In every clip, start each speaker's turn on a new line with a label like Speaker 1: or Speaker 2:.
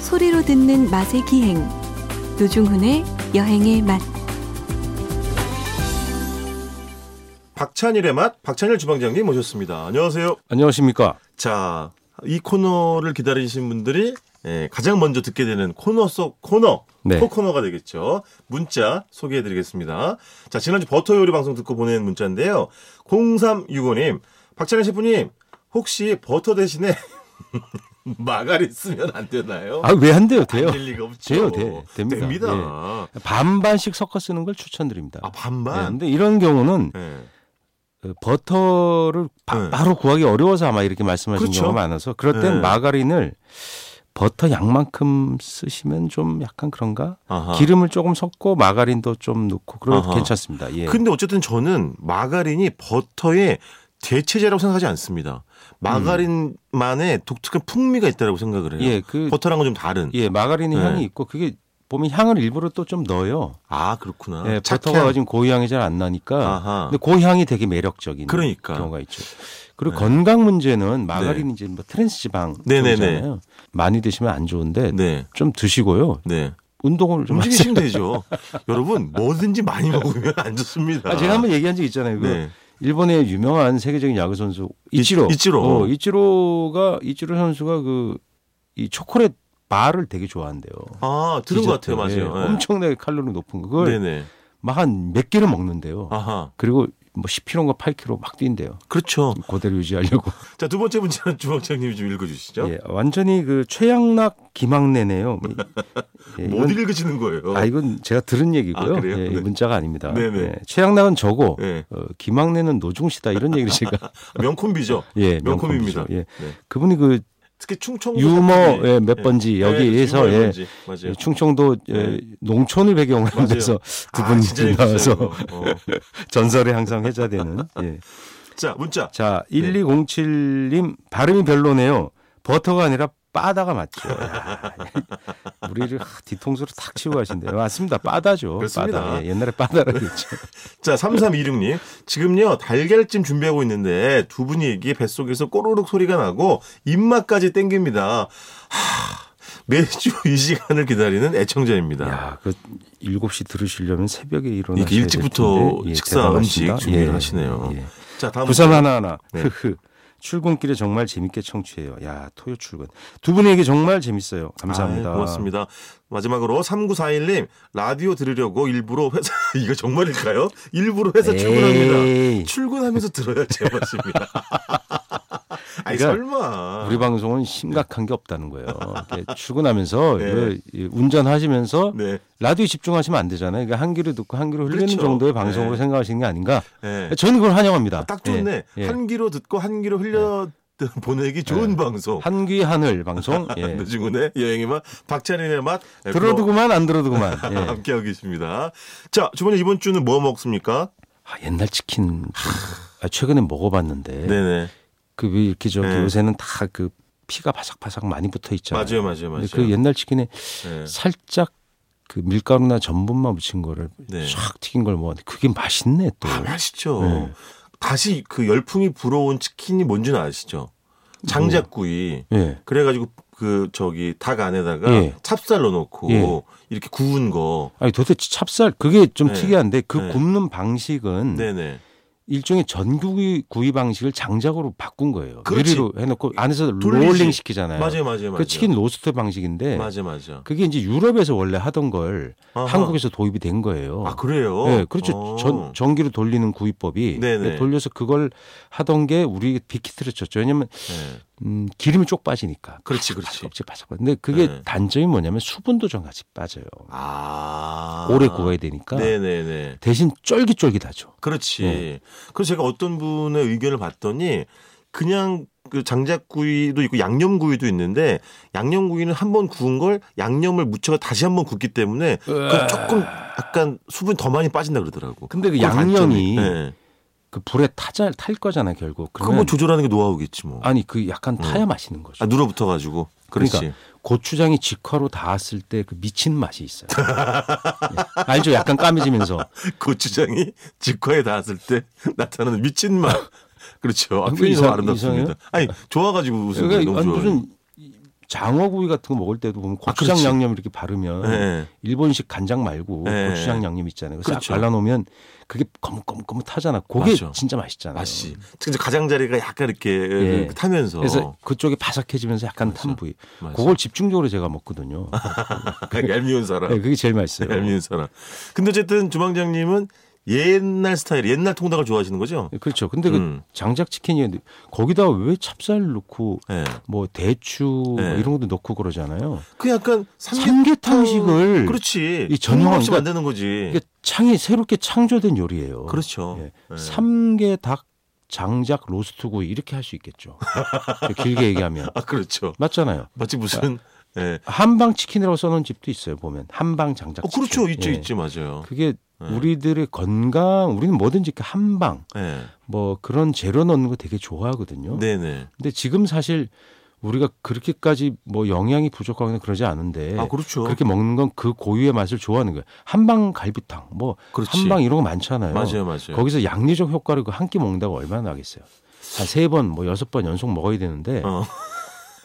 Speaker 1: 소리로 듣는 맛의 기행 노중훈의 여행의 맛
Speaker 2: 박찬일의 맛, 박찬일 주방장님 모셨습니다. 안녕하세요.
Speaker 3: 안녕하십니까.
Speaker 2: 자, 이 코너를 기다리신 분들이 예, 가장 먼저 듣게 되는 코너 속 코너,
Speaker 3: 네.
Speaker 2: 코코너가 되겠죠. 문자 소개해드리겠습니다. 자, 지난주 버터 요리 방송 듣고 보낸 문자인데요. 0365님, 박찬일 셰프님, 혹시 버터 대신에 마가린 쓰면 안 되나요?
Speaker 3: 아, 왜 안 돼요? 돼요.
Speaker 2: 될 리가 없죠.
Speaker 3: 돼요, 돼. 됩니다. 네.
Speaker 2: 됩니다.
Speaker 3: 반반씩 섞어 쓰는 걸 추천드립니다.
Speaker 2: 아,
Speaker 3: 네,
Speaker 2: 반반.
Speaker 3: 근데 이런 경우는
Speaker 2: 예.
Speaker 3: 어, 버터를 바,
Speaker 2: 네.
Speaker 3: 로 구하기 어려워서 아마 이렇게 말씀하신
Speaker 2: 그렇죠.
Speaker 3: 경우가 많아서 그럴 땐
Speaker 2: 네.
Speaker 3: 마가린을 버터 양만큼 쓰시면 좀 약간 그런가?
Speaker 2: 아하.
Speaker 3: 기름을 조금 섞고 마가린도 좀 넣고 그래도
Speaker 2: 아하.
Speaker 3: 괜찮습니다. 예.
Speaker 2: 근데 어쨌든 저는 마가린이 버터의 대체제라고 생각하지 않습니다. 마가린만의 독특한 풍미가 있다라고 생각을 해요.
Speaker 3: 음. 예, 그
Speaker 2: 버터랑 은좀 다른.
Speaker 3: 예, 마가린의
Speaker 2: 네.
Speaker 3: 향이 있고 그게 보면 향을 일부러 또 좀 넣어요.
Speaker 2: 아 그렇구나.
Speaker 3: 예,
Speaker 2: 착향.
Speaker 3: 버터가 지금 고향이 잘 안 나니까
Speaker 2: 아하.
Speaker 3: 근데 그 향이 되게 매력적인
Speaker 2: 그러니까.
Speaker 3: 경우가 있죠. 그리고 건강 문제는 마가린이
Speaker 2: 네.
Speaker 3: 이제 뭐 트랜스 지방
Speaker 2: 네네네.
Speaker 3: 쪽이잖아요. 많이 드시면 안 좋은데
Speaker 2: 네,
Speaker 3: 좀 드시고요.
Speaker 2: 네.
Speaker 3: 운동을 좀 하세요.
Speaker 2: 움직이시면 되죠. 여러분 뭐든지 많이 먹으면 안 좋습니다.
Speaker 3: 아, 제가 한번 얘기한 적 있잖아요. 그
Speaker 2: 네.
Speaker 3: 일본의 유명한 세계적인 야구 선수 이치로.
Speaker 2: 이- 이치로.
Speaker 3: 어, 이치로가 이치로 선수가 그 이 초콜릿 바를 되게 좋아한대요.
Speaker 2: 아 들은 것 같아요,
Speaker 3: 디저트.
Speaker 2: 맞아요.
Speaker 3: 예,
Speaker 2: 네.
Speaker 3: 엄청나게 칼로리 높은 그걸
Speaker 2: 네네.
Speaker 3: 막 한 몇 개를 먹는데요.
Speaker 2: 아하.
Speaker 3: 그리고 뭐 10kg인가 8kg 막 뛴대요.
Speaker 2: 그렇죠.
Speaker 3: 그대로 유지하려고.
Speaker 2: 자 두 번째 문제는 주방장님이 좀 읽어주시죠.
Speaker 3: 예, 완전히 그 최양락 김학래네요. 예,
Speaker 2: 못
Speaker 3: 이건,
Speaker 2: 읽으시는 거예요.
Speaker 3: 아 이건 제가 들은 얘기고요.
Speaker 2: 뭐 아, 그래요?
Speaker 3: 예, 이
Speaker 2: 네.
Speaker 3: 문자가 아닙니다.
Speaker 2: 네네.
Speaker 3: 예, 최양락은 저고
Speaker 2: 네.
Speaker 3: 어, 김학래는 노중시다 이런 얘기를 제가
Speaker 2: 명콤비죠.
Speaker 3: 예,
Speaker 2: 명콤입니다.
Speaker 3: 명콤이죠. 예.
Speaker 2: 네.
Speaker 3: 그분이 그
Speaker 2: 특히 충청
Speaker 3: 유머 예, 몇 번지 여기에서
Speaker 2: 네,
Speaker 3: 예,
Speaker 2: 유머 몇 번지. 맞아요.
Speaker 3: 충청도
Speaker 2: 네.
Speaker 3: 예, 농촌을 배경으로
Speaker 2: 맞아요.
Speaker 3: 해서 두
Speaker 2: 아,
Speaker 3: 분이
Speaker 2: 진짜 재밌었어요,
Speaker 3: 나와서
Speaker 2: 이거. 어.
Speaker 3: 전설에 항상 회자되는. 예.
Speaker 2: 자 문자
Speaker 3: 자, 1207님 발음이 별로네요. 버터가 아니라 빠다가 맞죠. 야, 우리를 하, 뒤통수로 탁 치고 가신대요. 맞습니다. 빠다죠.
Speaker 2: 그렇습니다. 네.
Speaker 3: 빠다. 예, 옛날에 빠다라고 했죠.
Speaker 2: 자 3326님 지금요 달걀찜 준비하고 있는데 두 분이 얘기에 뱃속에서 꼬르륵 소리가 나고 입맛까지 땡깁니다 하, 매주 이 시간을 기다리는 애청자입니다
Speaker 3: 야, 그 7시 들으시려면 새벽에 일어나야
Speaker 2: 이렇게 일찍부터 식사 음식 준비를 하시네요
Speaker 3: 예.
Speaker 2: 자 다음
Speaker 3: 부산 하나하나.
Speaker 2: 네.
Speaker 3: 흐흐. 출근길에 정말 재밌게 청취해요. 야, 토요 출근. 두 분에게 정말 재밌어요. 감사합니다.
Speaker 2: 아이, 예, 고맙습니다. 마지막으로 3941님 라디오 들으려고 일부러 회사 이거 정말일까요? 일부러 회사
Speaker 3: 에이.
Speaker 2: 출근합니다. 출근하면서 들어야 제맛입니다. 아니
Speaker 3: 그러니까
Speaker 2: 설마.
Speaker 3: 우리 방송은 심각한 게 없다는 거예요. 이렇게 출근하면서
Speaker 2: 네.
Speaker 3: 이거 이 운전하시면서
Speaker 2: 네.
Speaker 3: 라디오 집중하시면 안 되잖아요. 그러니까 한 귀로 듣고 한 귀로 흘리는
Speaker 2: 그렇죠.
Speaker 3: 정도의 방송으로
Speaker 2: 네.
Speaker 3: 생각하시는 게 아닌가.
Speaker 2: 네.
Speaker 3: 저는 그걸 환영합니다.
Speaker 2: 딱 좋네.
Speaker 3: 예, 예.
Speaker 2: 한 귀로 듣고 한 귀로 흘려 보내기 좋은 방송.
Speaker 3: 한 귀 한을 방송.
Speaker 2: 네,
Speaker 3: 예.
Speaker 2: 노중훈의 여행의 맛, 박찬인의 맛. 예,
Speaker 3: 들어두고만 안 들어두고만. 예.
Speaker 2: 함께하고 계십니다. 자, 주번에 이번 주는 뭐 먹습니까?
Speaker 3: 아, 옛날 치킨 좀- 아, 최근에 먹어봤는데
Speaker 2: 네네.
Speaker 3: 그 왜 이렇게 저기
Speaker 2: 네.
Speaker 3: 요새는 다 그 피가 바삭바삭 많이 붙어 있잖아요.
Speaker 2: 맞아요, 맞아요, 맞아요.
Speaker 3: 근데 그 옛날 치킨에
Speaker 2: 네.
Speaker 3: 살짝 그 밀가루나 전분만 묻힌 거를
Speaker 2: 네.
Speaker 3: 쫙 튀긴 걸 먹었는데 그게 맛있네 또.
Speaker 2: 아, 맛있죠.
Speaker 3: 네.
Speaker 2: 다시 그 열풍이 불어온 치킨이 뭔지는 아시죠? 장작구이.
Speaker 3: 예.
Speaker 2: 그래가지고 그 저기 닭 안에다가
Speaker 3: 예.
Speaker 2: 찹쌀 넣어놓고
Speaker 3: 예.
Speaker 2: 이렇게 구운 거.
Speaker 3: 아니 도대체 찹쌀 그게 좀
Speaker 2: 네.
Speaker 3: 특이한데 그
Speaker 2: 네.
Speaker 3: 굽는 방식은
Speaker 2: 네네.
Speaker 3: 일종의 전구이 구이 방식을 장작으로 바꾼 거예요.
Speaker 2: 그렇지.
Speaker 3: 유리로 해놓고 안에서
Speaker 2: 돌리지.
Speaker 3: 롤링 시키잖아요.
Speaker 2: 맞아요, 맞아요, 맞아요.
Speaker 3: 그 치킨 로스트 방식인데
Speaker 2: 맞아, 맞아.
Speaker 3: 그게 이제 유럽에서 원래 하던 걸
Speaker 2: 아하.
Speaker 3: 한국에서 도입이 된 거예요.
Speaker 2: 아 그래요?
Speaker 3: 네, 그렇죠.
Speaker 2: 어.
Speaker 3: 전, 전기로 돌리는 구이법이
Speaker 2: 네네.
Speaker 3: 돌려서 그걸 하던 게 우리 빅히트를 쳤죠. 왜냐면
Speaker 2: 네.
Speaker 3: 음, 기름이 쪽 빠지니까.
Speaker 2: 그렇지, 그렇지.
Speaker 3: 껍질 바삭바삭. 근데 그게
Speaker 2: 네.
Speaker 3: 단점이 뭐냐면 수분도 좀 같이 빠져요.
Speaker 2: 아
Speaker 3: 오래 구워야 되니까.
Speaker 2: 네네네.
Speaker 3: 대신 쫄깃쫄깃하죠.
Speaker 2: 그렇지.
Speaker 3: 네.
Speaker 2: 그래서 제가 어떤 분의 의견을 봤더니 그냥 그 장작구이도 있고 양념구이도 있는데 양념구이는 한 번 구운 걸 양념을 묻혀서 다시 한 번 굽기 때문에 그 조금 약간 수분 이더 많이 빠진다 그러더라고.
Speaker 3: 근데 그
Speaker 2: 그건 단점이.
Speaker 3: 양념이
Speaker 2: 네.
Speaker 3: 그 불에 타자 탈 거잖아 결국.
Speaker 2: 그건 뭐
Speaker 3: 그러면
Speaker 2: 조절하는 게 노하우겠지 뭐.
Speaker 3: 아니 그 약간 타야 맛있는 거죠.
Speaker 2: 아, 눌어붙어가지고. 그렇지.
Speaker 3: 그러니까 고추장이 직화로 닿았을 때 그 미친 맛이 있어요. 예. 알죠? 약간 까매지면서.
Speaker 2: 고추장이 직화에 닿았을 때 나타나는 미친 맛. 그렇죠. 아,
Speaker 3: 왜
Speaker 2: 표현이 너무
Speaker 3: 이상-
Speaker 2: 아름답습니다.
Speaker 3: 이상해요?
Speaker 2: 아니 좋아가지고 웃음
Speaker 3: 그러니까
Speaker 2: 너무
Speaker 3: 아니,
Speaker 2: 좋아요. 아,
Speaker 3: 무슨 장어구이 같은 거 먹을 때도 보면 고추장
Speaker 2: 그렇지.
Speaker 3: 양념 이렇게 바르면
Speaker 2: 예.
Speaker 3: 일본식 간장 말고
Speaker 2: 네.
Speaker 3: 고추장 양념 있잖아요. 그거
Speaker 2: 그렇죠.
Speaker 3: 싹 발라놓으면 그게 거뭇거뭇거뭇하잖아. 그게
Speaker 2: 맞아.
Speaker 3: 진짜 맛있잖아요.
Speaker 2: 맛이. 특히 이제 가장자리가 약간 이렇게
Speaker 3: 예.
Speaker 2: 그 타면서.
Speaker 3: 그래서 그쪽이 바삭해지면서 약간 탄 부위.
Speaker 2: 맞아.
Speaker 3: 그걸 집중적으로 제가 먹거든요.
Speaker 2: 그 얄미운 사람.
Speaker 3: 네, 그게 제일 맛있어요.
Speaker 2: 얄미운 사람. 근데 어쨌든 주방장님은 옛날 스타일, 옛날 통닭을 좋아하시는 거죠?
Speaker 3: 그렇죠. 근데 그
Speaker 2: 음.
Speaker 3: 장작 치킨이 거기다 왜 찹쌀 넣고
Speaker 2: 예.
Speaker 3: 뭐 대추
Speaker 2: 네.
Speaker 3: 뭐 이런 것도 넣고 그러잖아요.
Speaker 2: 그 약간
Speaker 3: 삼계탕식을
Speaker 2: 그렇지.
Speaker 3: 이 전용한-
Speaker 2: 없이 만드는 거지.
Speaker 3: 이게 창이 새롭게 창조된 요리예요.
Speaker 2: 그렇죠.
Speaker 3: 예.
Speaker 2: 예.
Speaker 3: 삼계닭 장작 로스트구이 이렇게 할 수 있겠죠. 길게 얘기하면
Speaker 2: 아 그렇죠.
Speaker 3: 맞잖아요.
Speaker 2: 마치 무슨
Speaker 3: 아,
Speaker 2: 예.
Speaker 3: 한방 치킨이라고 써놓은 집도 있어요. 보면 한방 장작.
Speaker 2: 어 그렇죠.
Speaker 3: 치킨.
Speaker 2: 있죠,
Speaker 3: 예.
Speaker 2: 있죠, 맞아요.
Speaker 3: 그게
Speaker 2: 예.
Speaker 3: 우리들의 건강, 우리는 뭐든지 이렇게 한방
Speaker 2: 예.
Speaker 3: 뭐 그런 재료 넣는 거 되게 좋아하거든요.
Speaker 2: 네네.
Speaker 3: 근데 지금 사실 우리가 그렇게까지 뭐 영양이 부족하거나 그러지 않은데
Speaker 2: 아 그렇죠.
Speaker 3: 예. 그렇게 먹는 건 그 고유의 맛을 좋아하는 거예요. 한방 갈비탕, 뭐
Speaker 2: 그렇지.
Speaker 3: 한방 이런 거 많잖아요.
Speaker 2: 맞아요, 맞아요.
Speaker 3: 거기서 양리적 효과를 그 한 끼 먹는다고 얼마나 나겠어요. 한 세 번, 뭐 여섯 번 연속 먹어야 되는데
Speaker 2: 어.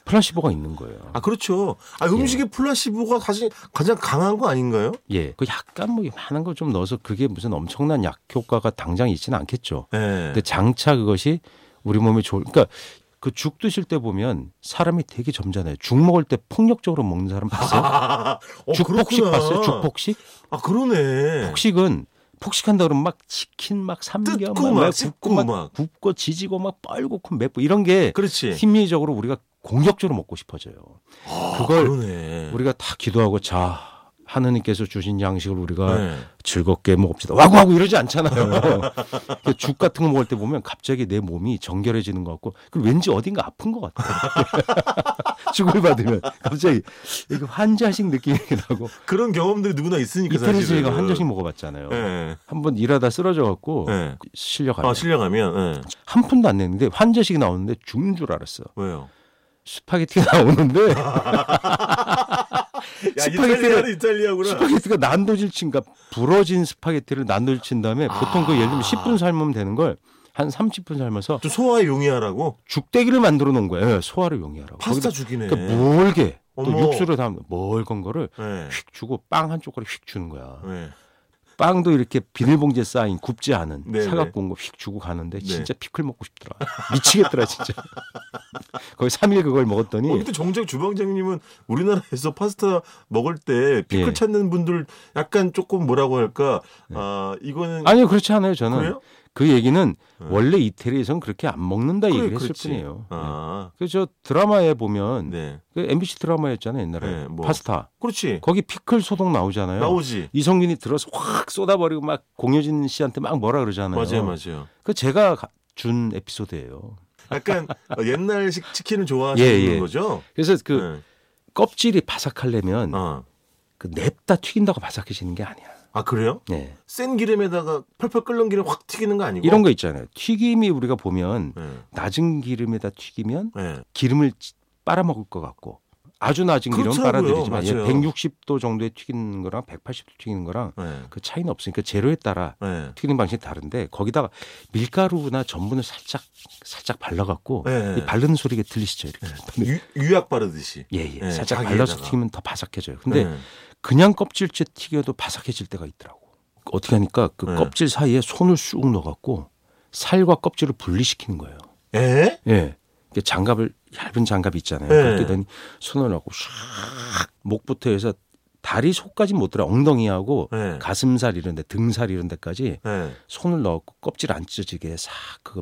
Speaker 3: 플라시보가 있는 거예요.
Speaker 2: 아 그렇죠. 아 음식의 플라시보가 사실 가장 강한 거 아닌가요?
Speaker 3: 예, 그 약간 뭐 많은 걸 좀 넣어서 그게 무슨 엄청난 약 효과가 당장 있지는 않겠죠.
Speaker 2: 예.
Speaker 3: 근데 그 장차 그것이 우리 몸에 좋을. 그러니까 그 죽 드실 때 보면 사람이 되게 점잖아요. 죽 먹을 때 폭력적으로 먹는 사람 봤어요?
Speaker 2: 아, 어,
Speaker 3: 죽폭식
Speaker 2: 그렇구나.
Speaker 3: 봤어요? 죽폭식?
Speaker 2: 아 그러네.
Speaker 3: 폭식은 폭식한다 그러면 막 치킨 막 삼겹
Speaker 2: 뜯고 막
Speaker 3: 막
Speaker 2: 씹고
Speaker 3: 굽고 막,
Speaker 2: 막.
Speaker 3: 굽고 지지고 막 뻘겋고 맵고 이런 게
Speaker 2: 그렇지.
Speaker 3: 심리적으로 우리가 공격적으로 먹고 싶어져요.
Speaker 2: 아,
Speaker 3: 그걸
Speaker 2: 그러네.
Speaker 3: 우리가 다 기도하고 자 하느님께서 주신 양식을 우리가
Speaker 2: 네.
Speaker 3: 즐겁게 먹읍시다. 와구와구 이러지 않잖아요. 그죽 같은 거 먹을 때 보면 갑자기 내 몸이 정결해지는 것 같고, 그리고 왠지 어딘가 아픈 것 같아요. 죽을 받으면 갑자기 이거 환자식 느낌이 나고
Speaker 2: 그런 경험들이 누구나 있으니까
Speaker 3: 이태리에서
Speaker 2: 그러니까 사실은.
Speaker 3: 제가 환자식 먹어봤잖아요. 어,
Speaker 2: 예.
Speaker 3: 한번 일하다 쓰러져 갖고
Speaker 2: 예.
Speaker 3: 실려가
Speaker 2: 아
Speaker 3: 요
Speaker 2: 실려가면 예.
Speaker 3: 한 푼도 안 냈는데 환자식이 나오는데 죽는 줄 알았어.
Speaker 2: 왜요?
Speaker 3: 스파게티가 나오는데
Speaker 2: 아,
Speaker 3: 스파게티를-
Speaker 2: 이탈리아는 이탈리아구나.
Speaker 3: 스파게티가 난도질친가 그러니까 부러진 스파게티를 난도질친 다음에 보통 그 예를
Speaker 2: 아.
Speaker 3: 들면 10분 삶으면 되는 걸 한 30분 삶아서
Speaker 2: 좀 소화에 용이하라고
Speaker 3: 죽대기를 만들어 놓은 거예요. 소화를 용이하라고.
Speaker 2: 파스타
Speaker 3: 거기다
Speaker 2: 죽이네.
Speaker 3: 그러니까 몰게
Speaker 2: 어머.
Speaker 3: 또 육수를 담은 멀건 거를
Speaker 2: 예.
Speaker 3: 휙 주고 빵 한 조각을 휙 주는 거야.
Speaker 2: 예.
Speaker 3: 빵도 이렇게 비닐봉지에 쌓인 굽지 않은
Speaker 2: 네,
Speaker 3: 사갖고 온 거 휙 주고 가는데
Speaker 2: 네.
Speaker 3: 진짜 피클 먹고 싶더라. 미치겠더라 진짜. 거의 3일 그걸
Speaker 2: 어,
Speaker 3: 먹었더니
Speaker 2: 근데 정작 주방장님은 우리나라에서 파스타 먹을 때 피클
Speaker 3: 예.
Speaker 2: 찾는 분들 약간 조금 뭐라고 할까? 아 이거는
Speaker 3: 아니요 그렇지 않아요 저는.
Speaker 2: 그래요?
Speaker 3: 그 얘기는
Speaker 2: 네.
Speaker 3: 원래 이태리에선 그렇게 안 먹는다
Speaker 2: 그래,
Speaker 3: 얘기를 했을
Speaker 2: 그렇지.
Speaker 3: 뿐이에요. 네. 예.
Speaker 2: 아
Speaker 3: 그저 드라마에 보면
Speaker 2: 네.
Speaker 3: 그 MBC 드라마였잖아요 옛날에
Speaker 2: 네, 뭐.
Speaker 3: 파스타
Speaker 2: 그렇지.
Speaker 3: 거기 피클 소독 나오잖아요.
Speaker 2: 나오지.
Speaker 3: 이성균이 들어서 확 쏟아버리고 막 공효진 씨한테 막 뭐라 그러잖아요.
Speaker 2: 맞아요, 맞아요.
Speaker 3: 그 제가 가- 준 에피소드예요.
Speaker 2: 약간 어, 옛날식 치킨을 좋아하시는
Speaker 3: 예, 예.
Speaker 2: 거죠?
Speaker 3: 그래서 그
Speaker 2: 네.
Speaker 3: 껍질이 바삭하려면
Speaker 2: 아.
Speaker 3: 그 냅다 튀긴다고 바삭해지는 게 아니야.
Speaker 2: 아 그래요?
Speaker 3: 네.
Speaker 2: 센 기름에다가 펄펄 끓는 기름 확 튀기는 거 아니고?
Speaker 3: 이런 거 있잖아요. 튀김이 우리가 보면
Speaker 2: 예.
Speaker 3: 낮은 기름에다 튀기면
Speaker 2: 예.
Speaker 3: 기름을 찌- 빨아먹을 것 같고 아주 낮은 기름은
Speaker 2: 그렇더라고요.
Speaker 3: 빨아들이지만 이게
Speaker 2: 맞아요.
Speaker 3: 160도 정도에 튀기는 거랑 180도 튀기는 거랑
Speaker 2: 예.
Speaker 3: 그 차이는 없으니까 재료에 따라
Speaker 2: 예.
Speaker 3: 튀기는 방식이 다른데 거기다가 밀가루나 전분을 살짝 살짝 발라갖고
Speaker 2: 예.
Speaker 3: 그 이 바르는 소리가 들리시죠? 이렇게.
Speaker 2: 유, 유약 바르듯이.
Speaker 3: 예, 예.
Speaker 2: 예,
Speaker 3: 살짝
Speaker 2: 자기에다가.
Speaker 3: 발라서 튀기면 더 바삭해져요. 근데
Speaker 2: 예.
Speaker 3: 그냥 껍질째 튀겨도 바삭해질 때가 있더라고. 어떻게 하니까 그
Speaker 2: 네.
Speaker 3: 껍질 사이에 손을 쑥 넣어갖고 살과 껍질을 분리시키는 거예요.
Speaker 2: 예?
Speaker 3: 예. 이게 장갑을 얇은 장갑 있잖아요.
Speaker 2: 네.
Speaker 3: 그렇게 더니 손을 넣고 샥 목부터 해서 다리 속까지 못 들어 엉덩이하고
Speaker 2: 네.
Speaker 3: 가슴살 이런 데 등살 이런 데까지
Speaker 2: 예.
Speaker 3: 손을 넣고 껍질 안 찢어지게 싹 그거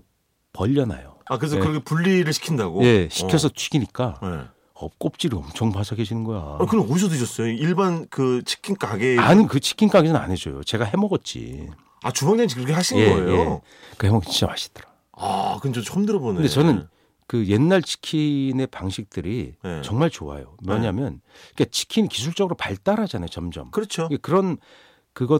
Speaker 3: 벌려놔요.
Speaker 2: 아 그래서
Speaker 3: 예.
Speaker 2: 그렇게 분리를 시킨다고?
Speaker 3: 예, 시켜서 튀기니까
Speaker 2: 어. 예.
Speaker 3: 어, 껍질이 엄청 바삭해지는 거야.
Speaker 2: 아, 그럼 어디서 드셨어요? 일반 그 치킨 가게
Speaker 3: 아니 그 치킨 가게는 안 해줘요. 제가 해 먹었지.
Speaker 2: 아 주방장님 그렇게 하신
Speaker 3: 예,
Speaker 2: 거예요?
Speaker 3: 예. 그 해먹 진짜 맛있더라.
Speaker 2: 아, 근데 저 처음 들어보네.
Speaker 3: 근데 저는 그 옛날 치킨의 방식들이
Speaker 2: 예.
Speaker 3: 정말 좋아요. 뭐냐면 그러니까 치킨 기술적으로 발달하잖아요. 점점
Speaker 2: 그렇죠.
Speaker 3: 그런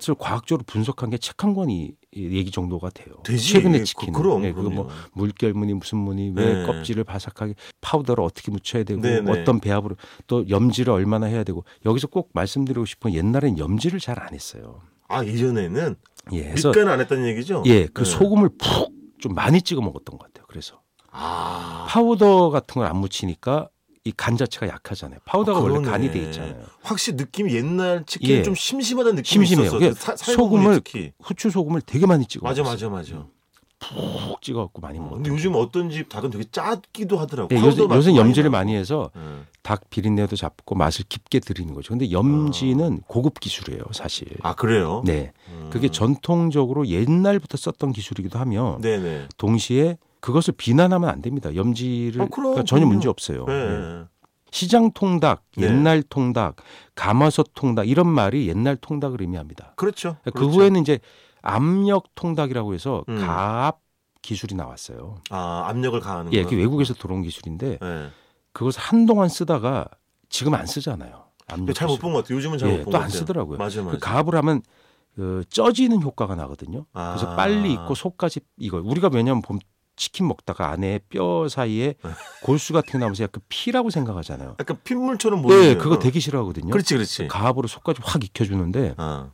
Speaker 3: 그것을 과학적으로 분석한 게 책 한 권이 얘기 정도가 돼요.
Speaker 2: 되지.
Speaker 3: 최근의
Speaker 2: 그-
Speaker 3: 치킨
Speaker 2: 그럼,
Speaker 3: 예, 그거 뭐
Speaker 2: 그럼요.
Speaker 3: 물결무늬 무슨 무늬 왜
Speaker 2: 네.
Speaker 3: 껍질을 바삭하게 파우더를 어떻게 묻혀야 되고
Speaker 2: 네, 네.
Speaker 3: 어떤 배합으로 또 염지를 얼마나 해야 되고 여기서 꼭 말씀드리고 싶은 옛날엔 염지를 잘 안 했어요.
Speaker 2: 아 예전에는
Speaker 3: 예, 그래서
Speaker 2: 밑간 안 했다는 얘기죠?
Speaker 3: 예, 그
Speaker 2: 네.
Speaker 3: 소금을 푹 좀 많이 찍어 먹었던 것 같아요. 그래서
Speaker 2: 아,
Speaker 3: 파우더 같은 걸 안 묻히니까 이 간 자체가 약하잖아요. 파우더가
Speaker 2: 아,
Speaker 3: 원래
Speaker 2: 그러네.
Speaker 3: 간이 돼 있잖아요.
Speaker 2: 확실히 느낌이 옛날 치킨
Speaker 3: 예.
Speaker 2: 좀 심심하다는 느낌이
Speaker 3: 심심해요.
Speaker 2: 있었어.
Speaker 3: 그게
Speaker 2: 사- 살구분이
Speaker 3: 소금을
Speaker 2: 특히.
Speaker 3: 후추 소금을 되게 많이 찍어.
Speaker 2: 맞아 맞아 맞아. 아,
Speaker 3: 푹 찍어갖고 많이
Speaker 2: 근데
Speaker 3: 예, 뭐 먹어요.
Speaker 2: 요즘 어떤 집 닭은 되게 짜기도 하더라고.
Speaker 3: 예,
Speaker 2: 파우더
Speaker 3: 요새,
Speaker 2: 맛도
Speaker 3: 요새
Speaker 2: 많이
Speaker 3: 염지를
Speaker 2: 나고.
Speaker 3: 많이 해서
Speaker 2: 예.
Speaker 3: 닭 비린내도 잡고 맛을 깊게 드리는 거죠. 근데 염지는 고급 기술이에요, 사실.
Speaker 2: 아 그래요?
Speaker 3: 네.
Speaker 2: 음.
Speaker 3: 그게 전통적으로 옛날부터 썼던 기술이기도 하며
Speaker 2: 네네.
Speaker 3: 예. 동시에 그것을 비난하면 안 됩니다. 염지를
Speaker 2: 아, 그럼,
Speaker 3: 그러니까 전혀
Speaker 2: 그럼요.
Speaker 3: 문제 없어요. 네.
Speaker 2: 네.
Speaker 3: 시장 통닭,
Speaker 2: 네.
Speaker 3: 옛날 통닭, 가마솥 통닭 이런 말이 옛날 통닭을 의미합니다.
Speaker 2: 그렇죠.
Speaker 3: 그
Speaker 2: 그렇죠.
Speaker 3: 후에는 이제 압력 통닭이라고 해서
Speaker 2: 음.
Speaker 3: 가압 기술이 나왔어요.
Speaker 2: 아 압력을 가하는
Speaker 3: 예,
Speaker 2: 거.
Speaker 3: 그게 외국에서 들어온 기술인데
Speaker 2: 예.
Speaker 3: 그것을 한동안 쓰다가 지금 안 쓰잖아요. 압력
Speaker 2: 잘못 본
Speaker 3: 기술을.
Speaker 2: 것 같아요. 요즘은 잘
Speaker 3: 예,
Speaker 2: 못 본 것
Speaker 3: 또
Speaker 2: 같아요.
Speaker 3: 안 쓰더라고요.
Speaker 2: 맞아 맞아.
Speaker 3: 그 가압을 하면 그 쪄지는 효과가 나거든요. 그래서
Speaker 2: 아.
Speaker 3: 빨리 익고 속까지 이거 우리가 왜냐하면 봄 치킨 먹다가 안에 뼈 사이에
Speaker 2: 네.
Speaker 3: 골수 같은 게 나오면서 약간 피라고 생각하잖아요.
Speaker 2: 약간 핏물처럼 보이는.
Speaker 3: 네, 그거 되게 싫어하거든요.
Speaker 2: 그렇지 그렇지.
Speaker 3: 가압으로 속까지 확 익혀주는데
Speaker 2: 아,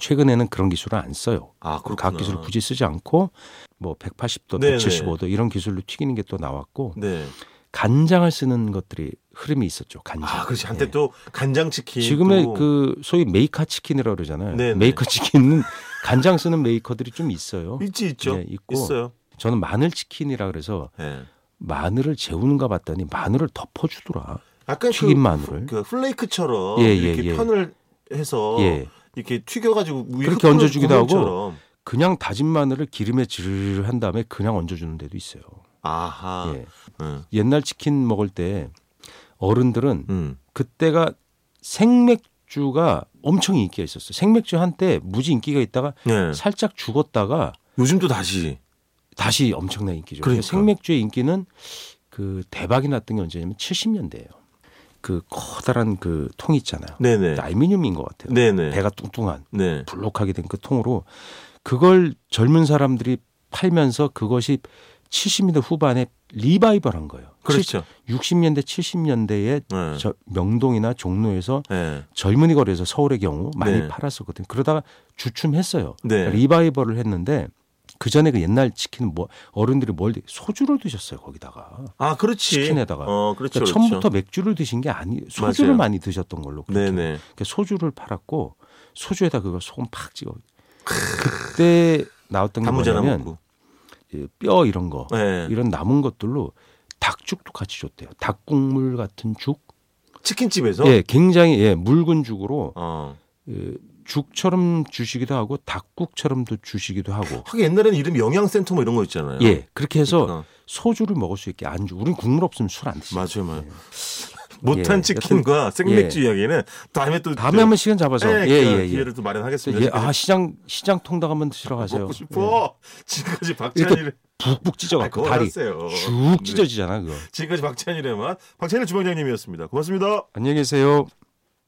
Speaker 3: 최근에는 그런 기술을 안 써요.
Speaker 2: 아 그렇구나.
Speaker 3: 가압 기술을 굳이 쓰지 않고 뭐 180도,
Speaker 2: 네네.
Speaker 3: 175도 이런 기술로 튀기는 게 또 나왔고
Speaker 2: 네.
Speaker 3: 간장을 쓰는 것들이 흐름이 있었죠. 간장.
Speaker 2: 아 그렇지 한때
Speaker 3: 예.
Speaker 2: 또 간장 치킨.
Speaker 3: 지금의
Speaker 2: 예, 또.
Speaker 3: 그 소위 메이커 치킨이라고 그러잖아요.
Speaker 2: 네네.
Speaker 3: 메이커 치킨은 간장 쓰는 메이커들이 좀 있어요.
Speaker 2: 있지 있죠.
Speaker 3: 네, 있고
Speaker 2: 있어요.
Speaker 3: 저는 마늘 치킨이라 그래서
Speaker 2: 예.
Speaker 3: 마늘을 재우는가 봤더니 마늘을 덮어주더라.
Speaker 2: 약간
Speaker 3: 튀긴
Speaker 2: 그,
Speaker 3: 마늘을.
Speaker 2: 그 플레이크처럼
Speaker 3: 예, 예,
Speaker 2: 이렇게
Speaker 3: 예.
Speaker 2: 편을 해서
Speaker 3: 예.
Speaker 2: 이렇게 튀겨가지고 위에
Speaker 3: 그렇게
Speaker 2: 흩뿌는
Speaker 3: 얹어주기도 하고.
Speaker 2: 구멍처럼.
Speaker 3: 그냥 다진 마늘을 기름에 지르르 한 다음에 그냥 얹어주는 데도 있어요.
Speaker 2: 아하.
Speaker 3: 예.
Speaker 2: 음.
Speaker 3: 옛날 치킨 먹을 때 어른들은
Speaker 2: 음.
Speaker 3: 그때가 생맥주가 엄청 인기가 있었어요. 생맥주 한때 무지 인기가 있다가
Speaker 2: 예.
Speaker 3: 살짝 죽었다가
Speaker 2: 요즘도 다시.
Speaker 3: 다시 엄청난 인기죠.
Speaker 2: 그러니까.
Speaker 3: 생맥주의 인기는 그 대박이 났던 게 언제냐면 70년대예요. 그 커다란 그 통 있잖아요.
Speaker 2: 네네.
Speaker 3: 알미늄인 것 같아요.
Speaker 2: 네네.
Speaker 3: 배가 뚱뚱한
Speaker 2: 네.
Speaker 3: 불록하게 된 그 통으로 그걸 젊은 사람들이 팔면서 그것이 70년대 후반에 리바이벌한 거예요.
Speaker 2: 그렇죠.
Speaker 3: 60년대 70년대에
Speaker 2: 예.
Speaker 3: 저 명동이나 종로에서
Speaker 2: 예.
Speaker 3: 젊은이 거리에서 서울의 경우 많이
Speaker 2: 네.
Speaker 3: 팔았었거든요. 그러다가 주춤했어요. 그러니까
Speaker 2: 네.
Speaker 3: 리바이벌을 했는데 그 전에 그 옛날 치킨은 뭐 어른들이 뭘 드- 소주를 드셨어요 거기다가.
Speaker 2: 아 그렇지.
Speaker 3: 치킨에다가.
Speaker 2: 어 그렇죠.
Speaker 3: 그러니까
Speaker 2: 그렇죠.
Speaker 3: 처음부터 맥주를 드신 게 아니 소주를
Speaker 2: 맞아요.
Speaker 3: 많이 드셨던 걸로. 그렇게.
Speaker 2: 네네.
Speaker 3: 그러니까 소주를 팔았고 소주에다 그걸 소금 팍 찍어. 그때 나왔던 게
Speaker 2: 단무지 하나
Speaker 3: 뭐냐면
Speaker 2: 먹고.
Speaker 3: 이뼈 이런 거
Speaker 2: 예.
Speaker 3: 이런 남은 것들로 닭죽도 같이 줬대요. 닭국물 같은 죽.
Speaker 2: 치킨집에서.
Speaker 3: 예, 굉장히 예 묽은 죽으로
Speaker 2: 어.
Speaker 3: 예, 죽처럼 주시기도 하고 닭국처럼도 주시기도 하고.
Speaker 2: 하긴 옛날에는 이름 영양센터 뭐 이런 거 있잖아요.
Speaker 3: 예, 그렇게 해서
Speaker 2: 그러니까.
Speaker 3: 소주를 먹을 수 있게 안주. 우린 국물 없으면 술 안 드시죠.
Speaker 2: 맞아요, 맞아요. 못한
Speaker 3: 네. 예,
Speaker 2: 치킨과 생맥주 이야기는 다음에 또
Speaker 3: 다음에 한번 시간 잡아서
Speaker 2: 예,
Speaker 3: 예, 예,
Speaker 2: 그
Speaker 3: 예.
Speaker 2: 기회를 또 마련하겠습니다.
Speaker 3: 예, 아 시장 시장 통닭 한번 드시러 가세요.
Speaker 2: 먹고 싶어. 지금까지 박찬일의
Speaker 3: 북북 찢어갖고
Speaker 2: 아이,
Speaker 3: 예. 다리
Speaker 2: 그만하세요.
Speaker 3: 쭉
Speaker 2: 네.
Speaker 3: 찢어지잖아 그거.
Speaker 2: 지금까지 박찬일의 맛 박찬일 주방장님이었습니다. 고맙습니다.
Speaker 3: 안녕히 계세요.